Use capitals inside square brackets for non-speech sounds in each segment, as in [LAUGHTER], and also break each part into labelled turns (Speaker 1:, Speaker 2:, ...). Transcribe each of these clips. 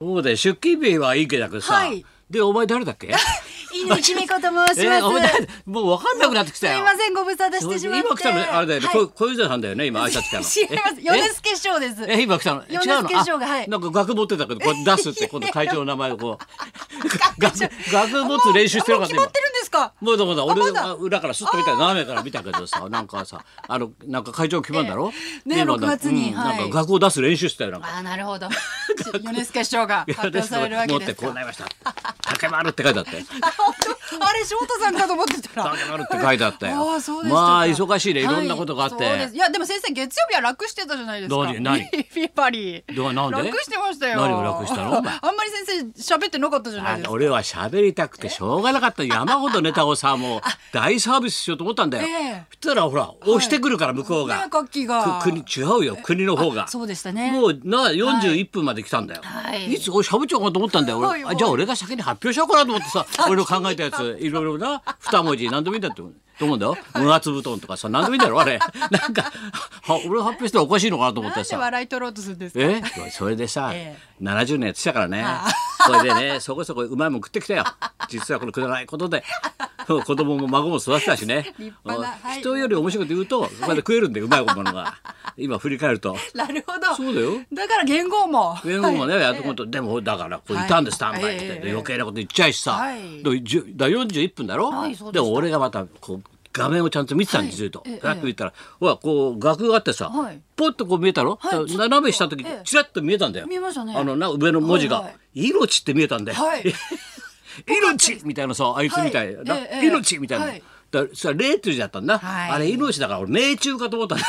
Speaker 1: そうだよ出勤日はいいけどさ、
Speaker 2: はい
Speaker 1: でお前誰だっ
Speaker 2: [LAUGHS]
Speaker 1: け
Speaker 2: 犬内美子と申し
Speaker 1: え
Speaker 2: ま
Speaker 1: お前
Speaker 2: す。
Speaker 1: 誰もう分かんなくなってき
Speaker 2: す
Speaker 1: たよ
Speaker 2: みませんご無沙汰してしまって。
Speaker 1: 今来たのあれだよね、
Speaker 2: はい
Speaker 1: こう小遊三さんだよね今挨拶来た
Speaker 2: 違い [LAUGHS] ます。
Speaker 1: の
Speaker 2: ヨネスケ賞です。
Speaker 1: ええ今来たの違
Speaker 2: [LAUGHS] ヨネス
Speaker 1: うの
Speaker 2: ケ賞が
Speaker 1: あ
Speaker 2: はい
Speaker 1: なんか額持ってたけど
Speaker 2: [LAUGHS]
Speaker 1: これ出すって今度会長の名前をこう額額持つ練習してなかった
Speaker 2: も
Speaker 1: 今
Speaker 2: う決まってるんですか。
Speaker 1: もうだから
Speaker 2: あ
Speaker 1: 俺
Speaker 2: まだ
Speaker 1: が裏からすっと見た斜めから見たけど
Speaker 2: [LAUGHS]
Speaker 1: さなんかさあのなんか会長決まるんだろ、
Speaker 2: えね
Speaker 1: で今
Speaker 2: 6月に
Speaker 1: うん
Speaker 2: はい
Speaker 1: なんか額を出す練習してたよなんか
Speaker 2: あーなる
Speaker 1: [LAUGHS]
Speaker 2: ほど。ヨネスケ賞が発表されるわけです
Speaker 1: 持ってこう
Speaker 2: か
Speaker 1: な。りました
Speaker 2: [LAUGHS]
Speaker 1: 竹丸って書いてあって
Speaker 2: あ本当 [LAUGHS] あれ翔太さんかと思ってたら。
Speaker 1: 竹丸って書いてあったよ
Speaker 2: あーそうでしたか
Speaker 1: まあ忙しいねいろんなことがあって、
Speaker 2: はいそうですいやでも先生月曜日は楽してたじゃないですか
Speaker 1: 何
Speaker 2: [LAUGHS]
Speaker 1: 何
Speaker 2: ビリビバリ
Speaker 1: どうなんで
Speaker 2: 楽してましたよ
Speaker 1: 何を楽したの
Speaker 2: あんまり先生喋ってなかったじゃない
Speaker 1: あ
Speaker 2: ですか
Speaker 1: 俺は喋りたくてしょうがなかった山ほどネタをさもう大サービスしようと思ったんだよ、
Speaker 2: ええ
Speaker 1: そしたらほら押してくるから向こうが、
Speaker 2: ね楽器が
Speaker 1: く国違うよ国の方が
Speaker 2: そうでしたね
Speaker 1: もうな41分まで来たんだよ、
Speaker 2: はい
Speaker 1: つおしゃべっちゃおうかと思ったんだよ、俺
Speaker 2: はいはい
Speaker 1: あじゃあ俺が先に発表しようかなと思ってさ俺の考えたやついろいろな二文字何でもいいんだって思うと思うんだよ無圧布団とかさ何でもいいんだろあれなんかは俺が発表したらおかしいのかなと思っ
Speaker 2: な
Speaker 1: て
Speaker 2: んで
Speaker 1: さ
Speaker 2: 笑い取ろうとするんですか
Speaker 1: えそれでさ、
Speaker 2: え
Speaker 1: 70年やってきたからねそれでねそこそこうまいもん食ってきたよ実はこのくだらないことで子供も孫も育てたしね
Speaker 2: 立派なはい
Speaker 1: 人より面白いこと言うとそこで食えるんでうまいものが今振り返ると
Speaker 2: なるほど
Speaker 1: そうだよ
Speaker 2: だから言語も
Speaker 1: [LAUGHS] 弁護もね、やってこと、でもだからこういたんでスタンバイって、
Speaker 2: はいええ
Speaker 1: で余計なこと言っちゃいしさ、
Speaker 2: はい
Speaker 1: でじゅだ41分だろ、
Speaker 2: はいそうで
Speaker 1: も
Speaker 2: した
Speaker 1: 俺がまたこう画面をちゃんと見てたんですずっと、
Speaker 2: ええ
Speaker 1: ガッと見たらほらこう額があってさ、
Speaker 2: はい
Speaker 1: ポッとこう見えたろ、
Speaker 2: はいちょっと
Speaker 1: 斜めした時
Speaker 2: ええ
Speaker 1: ちらっと見えたんだよ、
Speaker 2: 見えましたね
Speaker 1: あのな上の文字が「
Speaker 2: はいはい
Speaker 1: 命」って見えたんだよ。
Speaker 2: はい
Speaker 1: 命みたいなさあいつみたいな、
Speaker 2: はいええええ
Speaker 1: 命みたいな、
Speaker 2: はい
Speaker 1: だからそれ0っていう字だったんだ、
Speaker 2: はい
Speaker 1: あれ命だから俺命中かと思
Speaker 2: [LAUGHS]
Speaker 1: ったんだ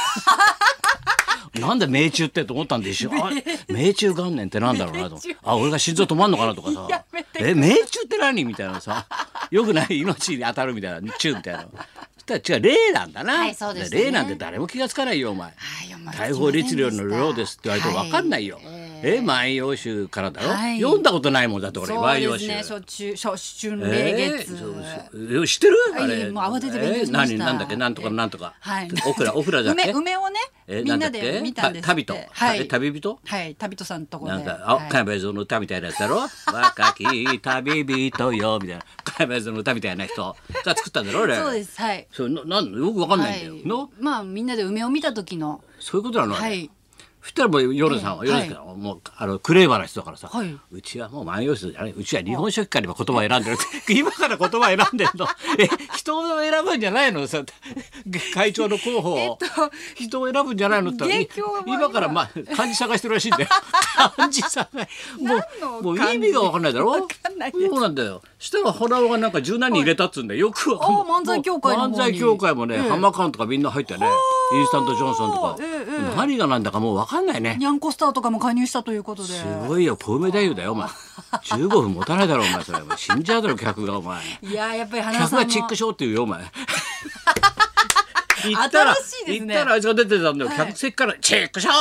Speaker 1: なんで命中ってと思ったんでしょあれ命中元年ってなんだろうなと思って
Speaker 2: 命
Speaker 1: あ俺が心臓止まんのかなとかさ
Speaker 2: やめて
Speaker 1: え命中って何みたいなさよくない命に当たるみたいな中みたいなそしたら違う霊なんだな、
Speaker 2: はいそうでしたね
Speaker 1: 霊なんて誰も気がつかないよお前
Speaker 2: はいお前
Speaker 1: 大法律令の量ですって言われても分かんないよ、
Speaker 2: はいえ
Speaker 1: え万葉集からだろ、
Speaker 2: はい
Speaker 1: 読んだことないもんだって
Speaker 2: え
Speaker 1: 俺万
Speaker 2: そ
Speaker 1: 葉
Speaker 2: うです
Speaker 1: 集、
Speaker 2: ね初中初中の名月、
Speaker 1: えーそうそうえ知ってる
Speaker 2: は
Speaker 1: あ
Speaker 2: い
Speaker 1: れ
Speaker 2: もう慌てて勉強しました
Speaker 1: えー何なんだっけなんとかなんとか、
Speaker 2: はい
Speaker 1: オクラオクラじゃっけ
Speaker 2: 梅梅をね
Speaker 1: えー
Speaker 2: みんな
Speaker 1: だっけ
Speaker 2: で見たんです
Speaker 1: た旅人、
Speaker 2: は
Speaker 1: え
Speaker 2: い
Speaker 1: 旅人
Speaker 2: はい旅人さんのとこで
Speaker 1: なんか、あ、
Speaker 2: はい
Speaker 1: 加山雄三の歌みたいなやつだろ若き旅人よ、みたいな。加山雄三の歌みたいな人が作ったんだろ、あれ。
Speaker 2: そうですはい
Speaker 1: それななんよくわかんないんだよ。
Speaker 2: はい
Speaker 1: の
Speaker 2: まあみんなで梅を見た時の
Speaker 1: そういうことなの、あれ
Speaker 2: はい
Speaker 1: そしたらもう夜さんは、
Speaker 2: ええ
Speaker 1: 夜さんはもうあのクレー話だからさ、
Speaker 2: はいう
Speaker 1: ちはもう万葉集じゃないうちは日本書紀から今言葉選んでる [LAUGHS] って今から言葉選んでるのえ人を選ぶんじゃないのさ会長の候補を、人を選ぶんじゃないのって言ったら
Speaker 2: 元凶は今
Speaker 1: 今から、まあ、漢字探してるらしいん
Speaker 2: [LAUGHS]
Speaker 1: だよ漢字探もう
Speaker 2: 何の
Speaker 1: もう
Speaker 2: 漢
Speaker 1: 意
Speaker 2: 字
Speaker 1: 味が分かんないだろ
Speaker 2: わかんないです
Speaker 1: そうなんだよしたら花尾がなんか柔軟に入れたっつうんだよよくは
Speaker 2: あ漫才協会の方に
Speaker 1: 漫才協会もね、
Speaker 2: ええ
Speaker 1: マカンとかみんな入ったよねインスタントジョンソンとか、
Speaker 2: ええええ
Speaker 1: 何がなんだかもう分かんないね
Speaker 2: ニャンコスターとかも加入したということです
Speaker 1: ごいよ小梅太夫だよお前15分持たないだろお前それお前死んじゃうだろ客がお前
Speaker 2: いやーやっぱり花
Speaker 1: 客
Speaker 2: さ
Speaker 1: が
Speaker 2: ん
Speaker 1: チッ
Speaker 2: も
Speaker 1: クショーって言うよお前行ったら
Speaker 2: 新しいです
Speaker 1: 行
Speaker 2: ね
Speaker 1: ったらあいつが出てたんだよ、
Speaker 2: はい
Speaker 1: 客席からチックショ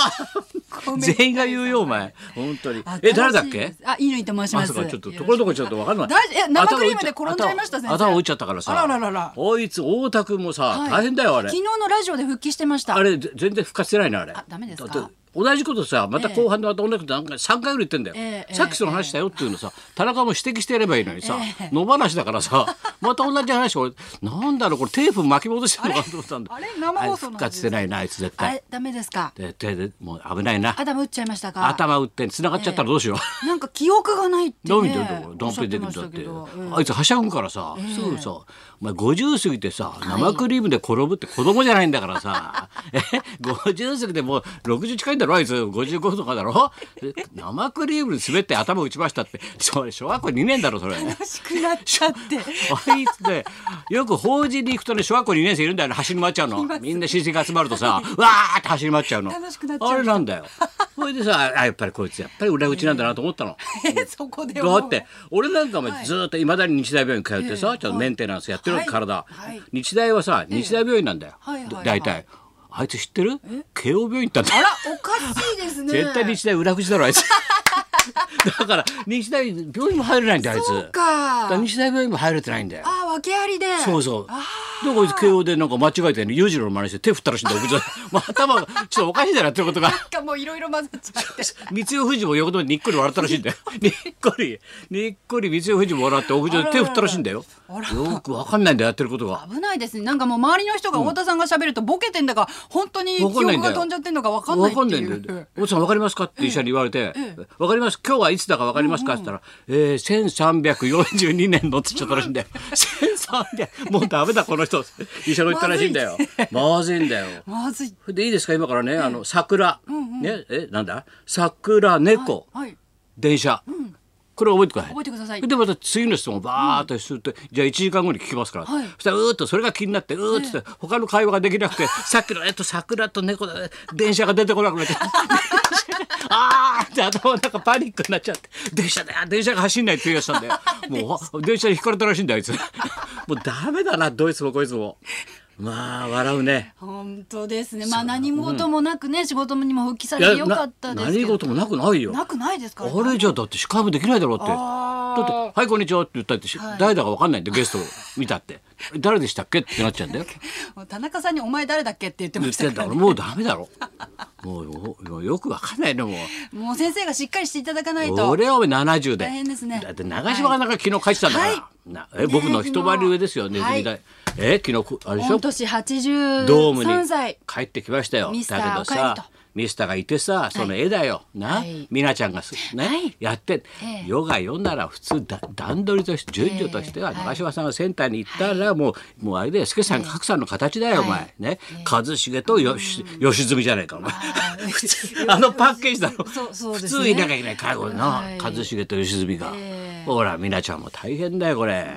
Speaker 1: ー
Speaker 2: ごめん
Speaker 1: 全員が言うよお前本当に
Speaker 2: 新しい
Speaker 1: え誰だっけ
Speaker 2: あ乾と申し
Speaker 1: ま
Speaker 2: ま
Speaker 1: さ
Speaker 2: す
Speaker 1: かちょっとところどころちょっとわかんない。
Speaker 2: 大事え生クリームで転んじゃいました
Speaker 1: 頭
Speaker 2: 先生
Speaker 1: 頭打っちゃったからさ。
Speaker 2: あらららら
Speaker 1: あいつ大田君もさ
Speaker 2: はい
Speaker 1: 大変だよあれ
Speaker 2: 昨。日のラジオで復帰してました
Speaker 1: あれぜ全然復活してないなあれ。
Speaker 2: あダメですか
Speaker 1: だって同じことさまた
Speaker 2: ええ
Speaker 1: 後半でまた同じことなんか3回ぐらい言ってんだよ、
Speaker 2: ええ
Speaker 1: さっきその話だよっていうのさ田中も指摘してやればいいのにさ、野放しだからさ [LAUGHS] また同じ話俺なんだろうこれテープ巻き戻してるのかなと思ってたんだ
Speaker 2: あれ生放
Speaker 1: あれ
Speaker 2: 送なんです
Speaker 1: 復活してないなあいつ絶
Speaker 2: あ
Speaker 1: 対
Speaker 2: れダメですか
Speaker 1: でででもう危ないな
Speaker 2: 頭打っちゃいましたか
Speaker 1: 頭打って繋がっちゃったらどうしよう、
Speaker 2: なんか記憶がないって
Speaker 1: どう見
Speaker 2: ね
Speaker 1: てるとこ
Speaker 2: お
Speaker 1: 断
Speaker 2: っしゃ
Speaker 1: 片
Speaker 2: って
Speaker 1: 的
Speaker 2: ま
Speaker 1: に
Speaker 2: し
Speaker 1: だ
Speaker 2: た
Speaker 1: って
Speaker 2: けどうん
Speaker 1: あいつはしゃぐからさすぐさお前50過ぎてさ生クリームで転ぶって子供じゃないんだからさ [LAUGHS] え50過ぎてもう60近いんだろあいつ55とかだろえ生クリームに滑って頭打ちましたってそれ小学校2年だろ
Speaker 2: [LAUGHS]
Speaker 1: それ。
Speaker 2: 楽しくなっちゃって
Speaker 1: あいつねよく法事に行くとね小学校2年生いるんだよね走り回っちゃうのみんな親戚が集まると
Speaker 2: [LAUGHS]
Speaker 1: さわーって走り回っちゃうの
Speaker 2: 楽しくなっちゃう
Speaker 1: あれなんだよそれでさあやっぱりこいつやっぱり裏口なんだなと思ったの。
Speaker 2: えそこ [LAUGHS] でも
Speaker 1: だ
Speaker 2: う
Speaker 1: って俺なんかもずーっといまだに日大病院通ってさ、ちょっとメンテナンスやってるわけ、
Speaker 2: はい
Speaker 1: 体、
Speaker 2: はい
Speaker 1: 日大はさ日大病院なんだよ、
Speaker 2: はいはいはい
Speaker 1: だいたいあいつ知ってる慶応病院行ったんだ
Speaker 2: あらおかしいです
Speaker 1: [LAUGHS]
Speaker 2: ね
Speaker 1: 絶対日大裏口だろあいつ [LAUGHS] だから日大病院も入れないんだよあいつ
Speaker 2: そうか
Speaker 1: だら日大病院も入れてないんだよ
Speaker 2: あー訳ありで。
Speaker 1: そうそう。で、こいつ慶応でなんか間違えてね、裕次郎の真似して手振ったらしいんだよ。僕ちょっとまあ
Speaker 2: [LAUGHS]
Speaker 1: 頭がちょっとおかしいだなってことが。
Speaker 2: なんかもういろいろ混ざっちゃって。
Speaker 1: 三代富士も横でにっこり笑ったらしいんだよ。にっこり、にっこり三代富士も笑って屋上で手振ったらしいんだよ。
Speaker 2: あら
Speaker 1: よくわかんないんだよ、やってることが。
Speaker 2: 危ないですね。なんかもう周りの人が太田さんが喋るとボケてんだか、本当に記
Speaker 1: わかんない
Speaker 2: 憶
Speaker 1: んだ
Speaker 2: が
Speaker 1: よ
Speaker 2: 飛んじゃってんのかわかんな
Speaker 1: わ
Speaker 2: いっ
Speaker 1: かん
Speaker 2: て
Speaker 1: ない
Speaker 2: い
Speaker 1: んだよ
Speaker 2: う。。
Speaker 1: おっさんわかりますかって医者に言われて
Speaker 2: え、
Speaker 1: わかります。今日はいつだかわかりますかって言ったら、えー、千三百四十二年のって言っちゃったらしいん
Speaker 2: [LAUGHS]
Speaker 1: だよ。千三百、もうダメだこの人。医者の言ったらしいんだよ。まずいんだよ。
Speaker 2: まずい。
Speaker 1: でいいですか今からね、あの桜、ねえなんだ桜猫、
Speaker 2: はい。
Speaker 1: 電車、これ覚えてください
Speaker 2: 覚えてください
Speaker 1: でまた次の質問をバーッとすると、じゃあ1時間後に聞きますから、
Speaker 2: はい
Speaker 1: そしたらうーっとそれが気になってうーっとって他の会話ができなくて、
Speaker 2: [LAUGHS]
Speaker 1: さっきのえっと桜と猫だね電車が出てこなくなっちゃ
Speaker 2: [LAUGHS]
Speaker 1: ってあーって頭の中パニックになっちゃって電車だよ電車が走んないって言うやつ
Speaker 2: [LAUGHS]
Speaker 1: なんだよもう電車にひかれたらしいんだよあいつもうダメだなどいつもこいつもまあ笑うね
Speaker 2: 本当ですね。まあ何事もなくね、仕事にも復帰さ
Speaker 1: い
Speaker 2: れ
Speaker 1: や
Speaker 2: てよかったですけ
Speaker 1: 何
Speaker 2: ど。
Speaker 1: 事もなくないよ
Speaker 2: なくないですからね。
Speaker 1: あれじゃだって司会もできないだろうって
Speaker 2: あー
Speaker 1: だって「はいこんにちは」って言ったって、し誰だか分かんないんでゲストを見たって「誰でしたっけ?」ってなっちゃ
Speaker 2: [LAUGHS]
Speaker 1: うんだよ。
Speaker 2: もう田中さんに「お前誰だっけ?」って言って
Speaker 1: 言
Speaker 2: ま
Speaker 1: っ
Speaker 2: した
Speaker 1: て
Speaker 2: か
Speaker 1: んだ
Speaker 2: ら
Speaker 1: 俺もうダメだろもうもうもうよく分かんないのも
Speaker 2: もう先生がしっかりしていただかないうと
Speaker 1: 俺はお前70で
Speaker 2: 大変ですね
Speaker 1: だって長島がなんか昨日帰ってたんだから、
Speaker 2: は
Speaker 1: なえ僕の一回り上ですよね
Speaker 2: ね
Speaker 1: ず
Speaker 2: え
Speaker 1: み代え昨日あれでしょ
Speaker 2: 御年
Speaker 1: ドーム
Speaker 2: 83
Speaker 1: に
Speaker 2: 歳
Speaker 1: 帰ってきましたよ。
Speaker 2: ミスター
Speaker 1: だけど
Speaker 2: お帰り
Speaker 1: さ
Speaker 2: と、
Speaker 1: ミスターがいてさ、その絵だよ。な
Speaker 2: はい、
Speaker 1: ミナちゃんがすね、
Speaker 2: はい
Speaker 1: やって
Speaker 2: ええ、
Speaker 1: ヨガよなら普通だ段取りとして順序としては
Speaker 2: ええはい
Speaker 1: 長嶋さんがセンターに行ったらもう、もうあれだよ、助さんが格さんの形だよお
Speaker 2: は
Speaker 1: 前
Speaker 2: い
Speaker 1: ね、一茂とよし吉住じゃないかお前。 [LAUGHS] [LAUGHS] あのパッケージだろ。
Speaker 2: [LAUGHS] そうそう
Speaker 1: 普
Speaker 2: ですね
Speaker 1: 通いなきゃいけない介護な
Speaker 2: はい、
Speaker 1: 一茂と吉住が
Speaker 2: ええ。
Speaker 1: ほらミナちゃんも大変だよこれ。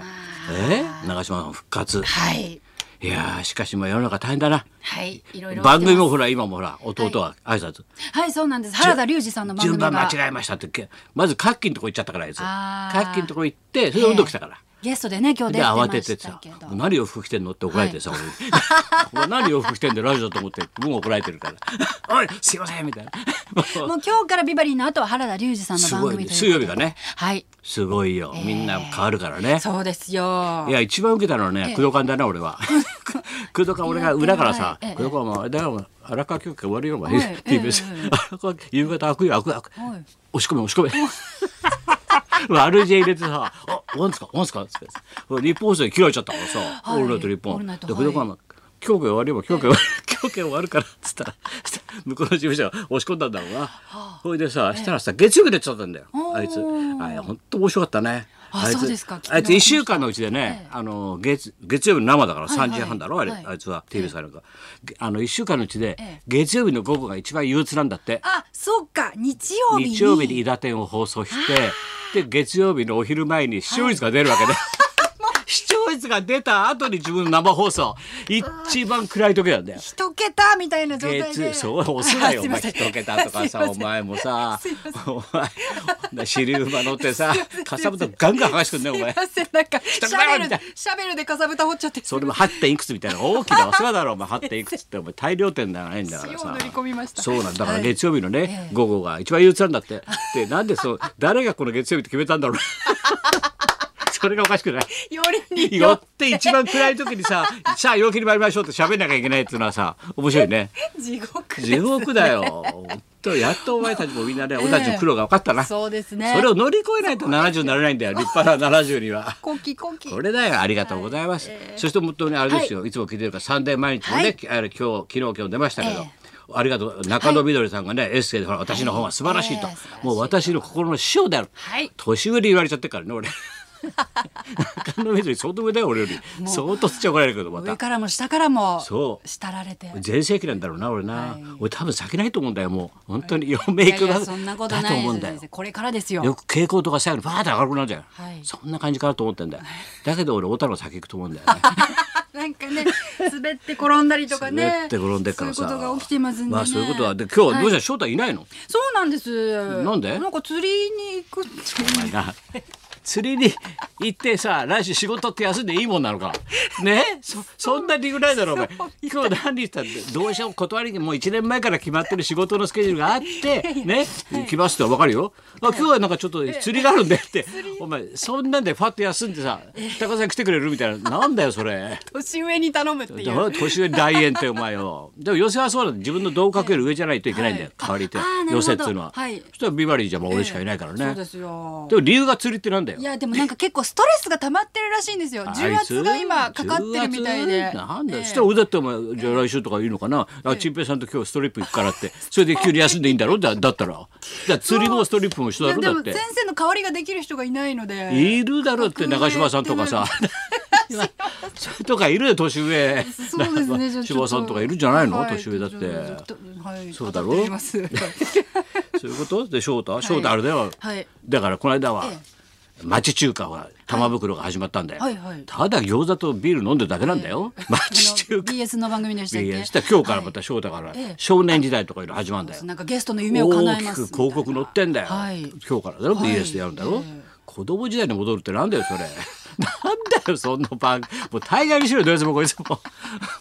Speaker 1: え長嶋さん復活。
Speaker 2: はい
Speaker 1: いやーしかしもう世の中大変だな。
Speaker 2: はいいろいろ
Speaker 1: 番組もほら今もほら弟は挨拶、
Speaker 2: はいそうなんです原田龍二さんの番
Speaker 1: 順
Speaker 2: 組が
Speaker 1: 番間違えましたってけまずカッキーのとこ行っちゃったからあいつ
Speaker 2: あ
Speaker 1: カ
Speaker 2: ー
Speaker 1: ッキーのとこ行ってそれで運動来たから。
Speaker 2: ゲストでね今日
Speaker 1: で
Speaker 2: 出て
Speaker 1: 慌
Speaker 2: ま
Speaker 1: てて
Speaker 2: した
Speaker 1: さ
Speaker 2: けど
Speaker 1: 「何洋服着てんの?」って怒られてさ、俺 [LAUGHS] お前何洋服着てんだよラジオだと思ってもう怒られてる
Speaker 2: [LAUGHS]
Speaker 1: から「おいすいません」みたいな [LAUGHS] もう
Speaker 2: もう今日からビバリーの後は原田龍二さんの番組ということです
Speaker 1: ごいね水曜日がね
Speaker 2: はい
Speaker 1: すごいよみんな変わるからね、
Speaker 2: そうですよ
Speaker 1: いや一番受けたのはね工藤館だな俺
Speaker 2: [LAUGHS]
Speaker 1: は工藤館俺が裏からさ
Speaker 2: ええ
Speaker 1: 工藤館もあれだから荒川教会終わるよお前
Speaker 2: はい
Speaker 1: TBS
Speaker 2: え
Speaker 1: 荒川夕方開くよ開くよ開
Speaker 2: はい
Speaker 1: く押し込め押し込め [LAUGHS] 悪知恵入れてさ「あワンすかワンすか?」っつって日本放送に切られちゃったからさ「
Speaker 2: い
Speaker 1: オールナイト日
Speaker 2: オール
Speaker 1: 本」
Speaker 2: ナ
Speaker 1: で
Speaker 2: イト
Speaker 1: 工藤館も「教会終わるよ教会終わる [LAUGHS] 教会終わるから」っつったら [LAUGHS] そしたら向こうの事務所が押し込んだんだろうなほいでさしたらさ月曜日出ちゃったんだよ
Speaker 2: おー
Speaker 1: あいつあいや本当面白かったね
Speaker 2: あ
Speaker 1: いつ
Speaker 2: そうですか
Speaker 1: あいつ一週間のうちでね、あの月月曜日の生だから
Speaker 2: はいはい
Speaker 1: 3時半だろ、あ
Speaker 2: は
Speaker 1: れ
Speaker 2: い
Speaker 1: あいつは TBS かなんか、げあの一週間のうちで
Speaker 2: ええ
Speaker 1: 月曜日の午後が一番憂鬱なんだって
Speaker 2: あそっか日曜日に
Speaker 1: 日曜日に伊駄店を放送してで月曜日のお昼前に視聴率が出るわ
Speaker 2: [LAUGHS]
Speaker 1: けで、視聴率が出た後に自分の生放送一番暗い時なんだよ。
Speaker 2: 一桁みたいな状態
Speaker 1: 月
Speaker 2: で
Speaker 1: そう押すなよ
Speaker 2: あ
Speaker 1: お
Speaker 2: すいま
Speaker 1: 前
Speaker 2: せん
Speaker 1: 一桁とか
Speaker 2: [LAUGHS] すい
Speaker 1: さ
Speaker 2: ませ
Speaker 1: お
Speaker 2: ん
Speaker 1: 前もさ
Speaker 2: すいません
Speaker 1: お前尻馬乗ってさかさぶたガンガン剥がしてくんねお前
Speaker 2: [LAUGHS] すいませんなんかシ
Speaker 1: 人が
Speaker 2: ャ
Speaker 1: み
Speaker 2: ベ
Speaker 1: たい
Speaker 2: ルシャベルでかさぶた掘っちゃって
Speaker 1: それも 8. 点いくつみたいな大きなお世話だろお前 8. 点いくつってお前大量点じゃないんだから
Speaker 2: 塩を
Speaker 1: さ
Speaker 2: 塗り込みました
Speaker 1: そうなんだから
Speaker 2: はい
Speaker 1: 月曜日のね午後が一番憂鬱なんだってでなんで
Speaker 2: [LAUGHS]
Speaker 1: そう誰がこの月曜日って決めたんだろうな [LAUGHS] それがおかしくない
Speaker 2: よりに
Speaker 1: よ
Speaker 2: よっ
Speaker 1: ってて一番暗い時にさ「さあ陽気に参りましょう」って喋んなきゃいけないっていうのはさ面白いね
Speaker 2: 地獄
Speaker 1: 地獄だよ本当やっとお前たちもみんなね俺たちの苦労が分かったな、
Speaker 2: そうですね
Speaker 1: それを乗り越えないと70になれないんだよ立派な70には。
Speaker 2: コキコキ
Speaker 1: これだよありがとうございます、そして本当にあれですよ、い、つも聞いてるから三大毎日もね、
Speaker 2: はい
Speaker 1: きあれ今日昨日今日出ましたけど、
Speaker 2: ええ
Speaker 1: ありがとう中野みどりさんがね、エッセイでほら私の本は素晴らしいと、
Speaker 2: ええ素晴らしい
Speaker 1: もう私の心の師匠である、
Speaker 2: はい
Speaker 1: 年上で言われちゃってるからね俺中野みどり相当上だよ俺より相当つっちゃ怒られるけどまた
Speaker 2: 上からも下からも
Speaker 1: そう
Speaker 2: したられて
Speaker 1: 全盛期なんだろうな俺な、
Speaker 2: はい
Speaker 1: 俺多分先ないと思うんだよもう本当に余命いく
Speaker 2: いや
Speaker 1: だ
Speaker 2: いやそんなこと
Speaker 1: だと
Speaker 2: ない
Speaker 1: 思うん
Speaker 2: で
Speaker 1: だ
Speaker 2: す
Speaker 1: よ
Speaker 2: 先生これからですよ
Speaker 1: よく蛍光灯が最後にバーッて明るくなるじゃん、
Speaker 2: はい
Speaker 1: そんな感じかなと思ってんだよだけど俺小樽の先行くと思うんだよね
Speaker 2: なんかね滑って転んだりとかね
Speaker 1: 滑って転んでっからさ
Speaker 2: そういうことが起きてますんでね
Speaker 1: まあそういうことはで今日はどうした、翔太い
Speaker 2: [LAUGHS]
Speaker 1: ないの
Speaker 2: そうなんです
Speaker 1: なんで
Speaker 2: なんか釣りに行くっていう
Speaker 1: な釣りに行ってさ来週仕事って休んでいいもんなのかねそそんな理由ないだろうお前今日何言ったってどうしても断りにもう1年前から決まってる仕事のスケジュールがあ
Speaker 2: [LAUGHS]
Speaker 1: ってね来ますってわかるよあ今日はなんかちょっと釣りがあるんで
Speaker 2: [LAUGHS]
Speaker 1: ってお前そんなんでファッと休んでさ高田さん来てくれるみたいななんだよそれ。
Speaker 2: 年上に頼むってい
Speaker 1: だ
Speaker 2: う。
Speaker 1: から年上大円ってお前
Speaker 2: [LAUGHS]
Speaker 1: よでも寄せはそうなんだ自分の同格より上じゃないといけないんだよ、代わりって
Speaker 2: ああなるほど
Speaker 1: 寄せっていうのは、
Speaker 2: はい
Speaker 1: そしたらビバリーじゃもう俺しかいないからね、
Speaker 2: そうですよ
Speaker 1: で。も理由が釣りってなんだよ
Speaker 2: いやでもなんか結構ストレスが溜まってるらしいんですよ。
Speaker 1: あいつ
Speaker 2: 重圧が今かかってるみたい
Speaker 1: 重
Speaker 2: で。
Speaker 1: 圧なんだよ、
Speaker 2: ええ
Speaker 1: そしたら俺だってお前じゃあ来週とか言うのかな、あチンペイさんと今日ストリップ行くからってそれで急に休んでいいんだろだだったらだから釣りもストリップも一緒だろ
Speaker 2: で
Speaker 1: だ
Speaker 2: も
Speaker 1: って
Speaker 2: 先生の代わりができる人がいないので。
Speaker 1: いるだろって長嶋さんとかさ [LAUGHS] それとかいるよ年上
Speaker 2: そうですね。じゃあちょ
Speaker 1: 長嶋
Speaker 2: っと
Speaker 1: さんとかいるんじゃないの、
Speaker 2: はい
Speaker 1: 年上だって。
Speaker 2: ちょっとはい。
Speaker 1: そうだろ
Speaker 2: 当たって
Speaker 1: [LAUGHS]
Speaker 2: みます。
Speaker 1: そういうことで翔太翔太あれだよ、
Speaker 2: はい
Speaker 1: だからこの間は
Speaker 2: え
Speaker 1: 町中華は玉袋が始まったんだよ、
Speaker 2: はいはい
Speaker 1: ただ餃子とビール飲んでるだけなんだよ、町
Speaker 2: あ
Speaker 1: 中
Speaker 2: の
Speaker 1: 華
Speaker 2: BS の番組でしたっ
Speaker 1: いやい
Speaker 2: け
Speaker 1: やしたら今日からまた翔太から
Speaker 2: ええ
Speaker 1: 少年時代とかいうの始まるんだよ、
Speaker 2: なんかゲストの夢を叶えま
Speaker 1: 大
Speaker 2: す
Speaker 1: きく広告載ってんだよ、
Speaker 2: はい
Speaker 1: 今日からだろ
Speaker 2: はい
Speaker 1: BS でやるんだろ、
Speaker 2: ええ
Speaker 1: 子供時代に戻るってなんだよそれなんだよそんな番組もう大概にしろよどうせもこいつも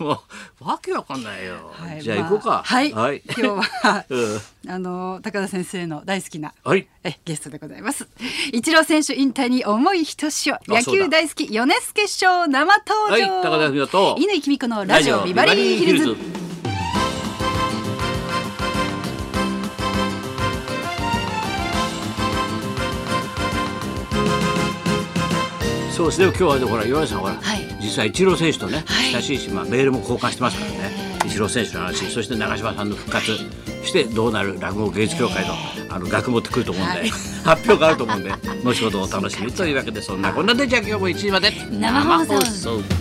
Speaker 1: もうわけわかんないよ、
Speaker 2: はい
Speaker 1: じゃあ行こうか、
Speaker 2: まあはい、
Speaker 1: はい、
Speaker 2: 今日は [LAUGHS]
Speaker 1: うん
Speaker 2: あの高田先生の大好きな
Speaker 1: はい
Speaker 2: えゲストでございます一郎選手引退に思いひとしお
Speaker 1: そうだ
Speaker 2: 野球大好き米助師匠生登場、
Speaker 1: はい高田文夫と
Speaker 2: 乾きみ子のラジオビバリーヒルズ
Speaker 1: そうですね今日はねほら岩井さんほら、
Speaker 2: はい
Speaker 1: 実はイチロー選手とね、
Speaker 2: はい
Speaker 1: 親しいし、まあ、メールも交換してますからね、イチロー選手の話そして長嶋さんの復活そしてどうなる落語芸術協会の,、あの額持ってくると思うんで、
Speaker 2: はい
Speaker 1: 発表があると思うんで後ほどお楽しみというわけでそんなこんなでじゃあ今日も1時まで
Speaker 2: 生放送
Speaker 1: 送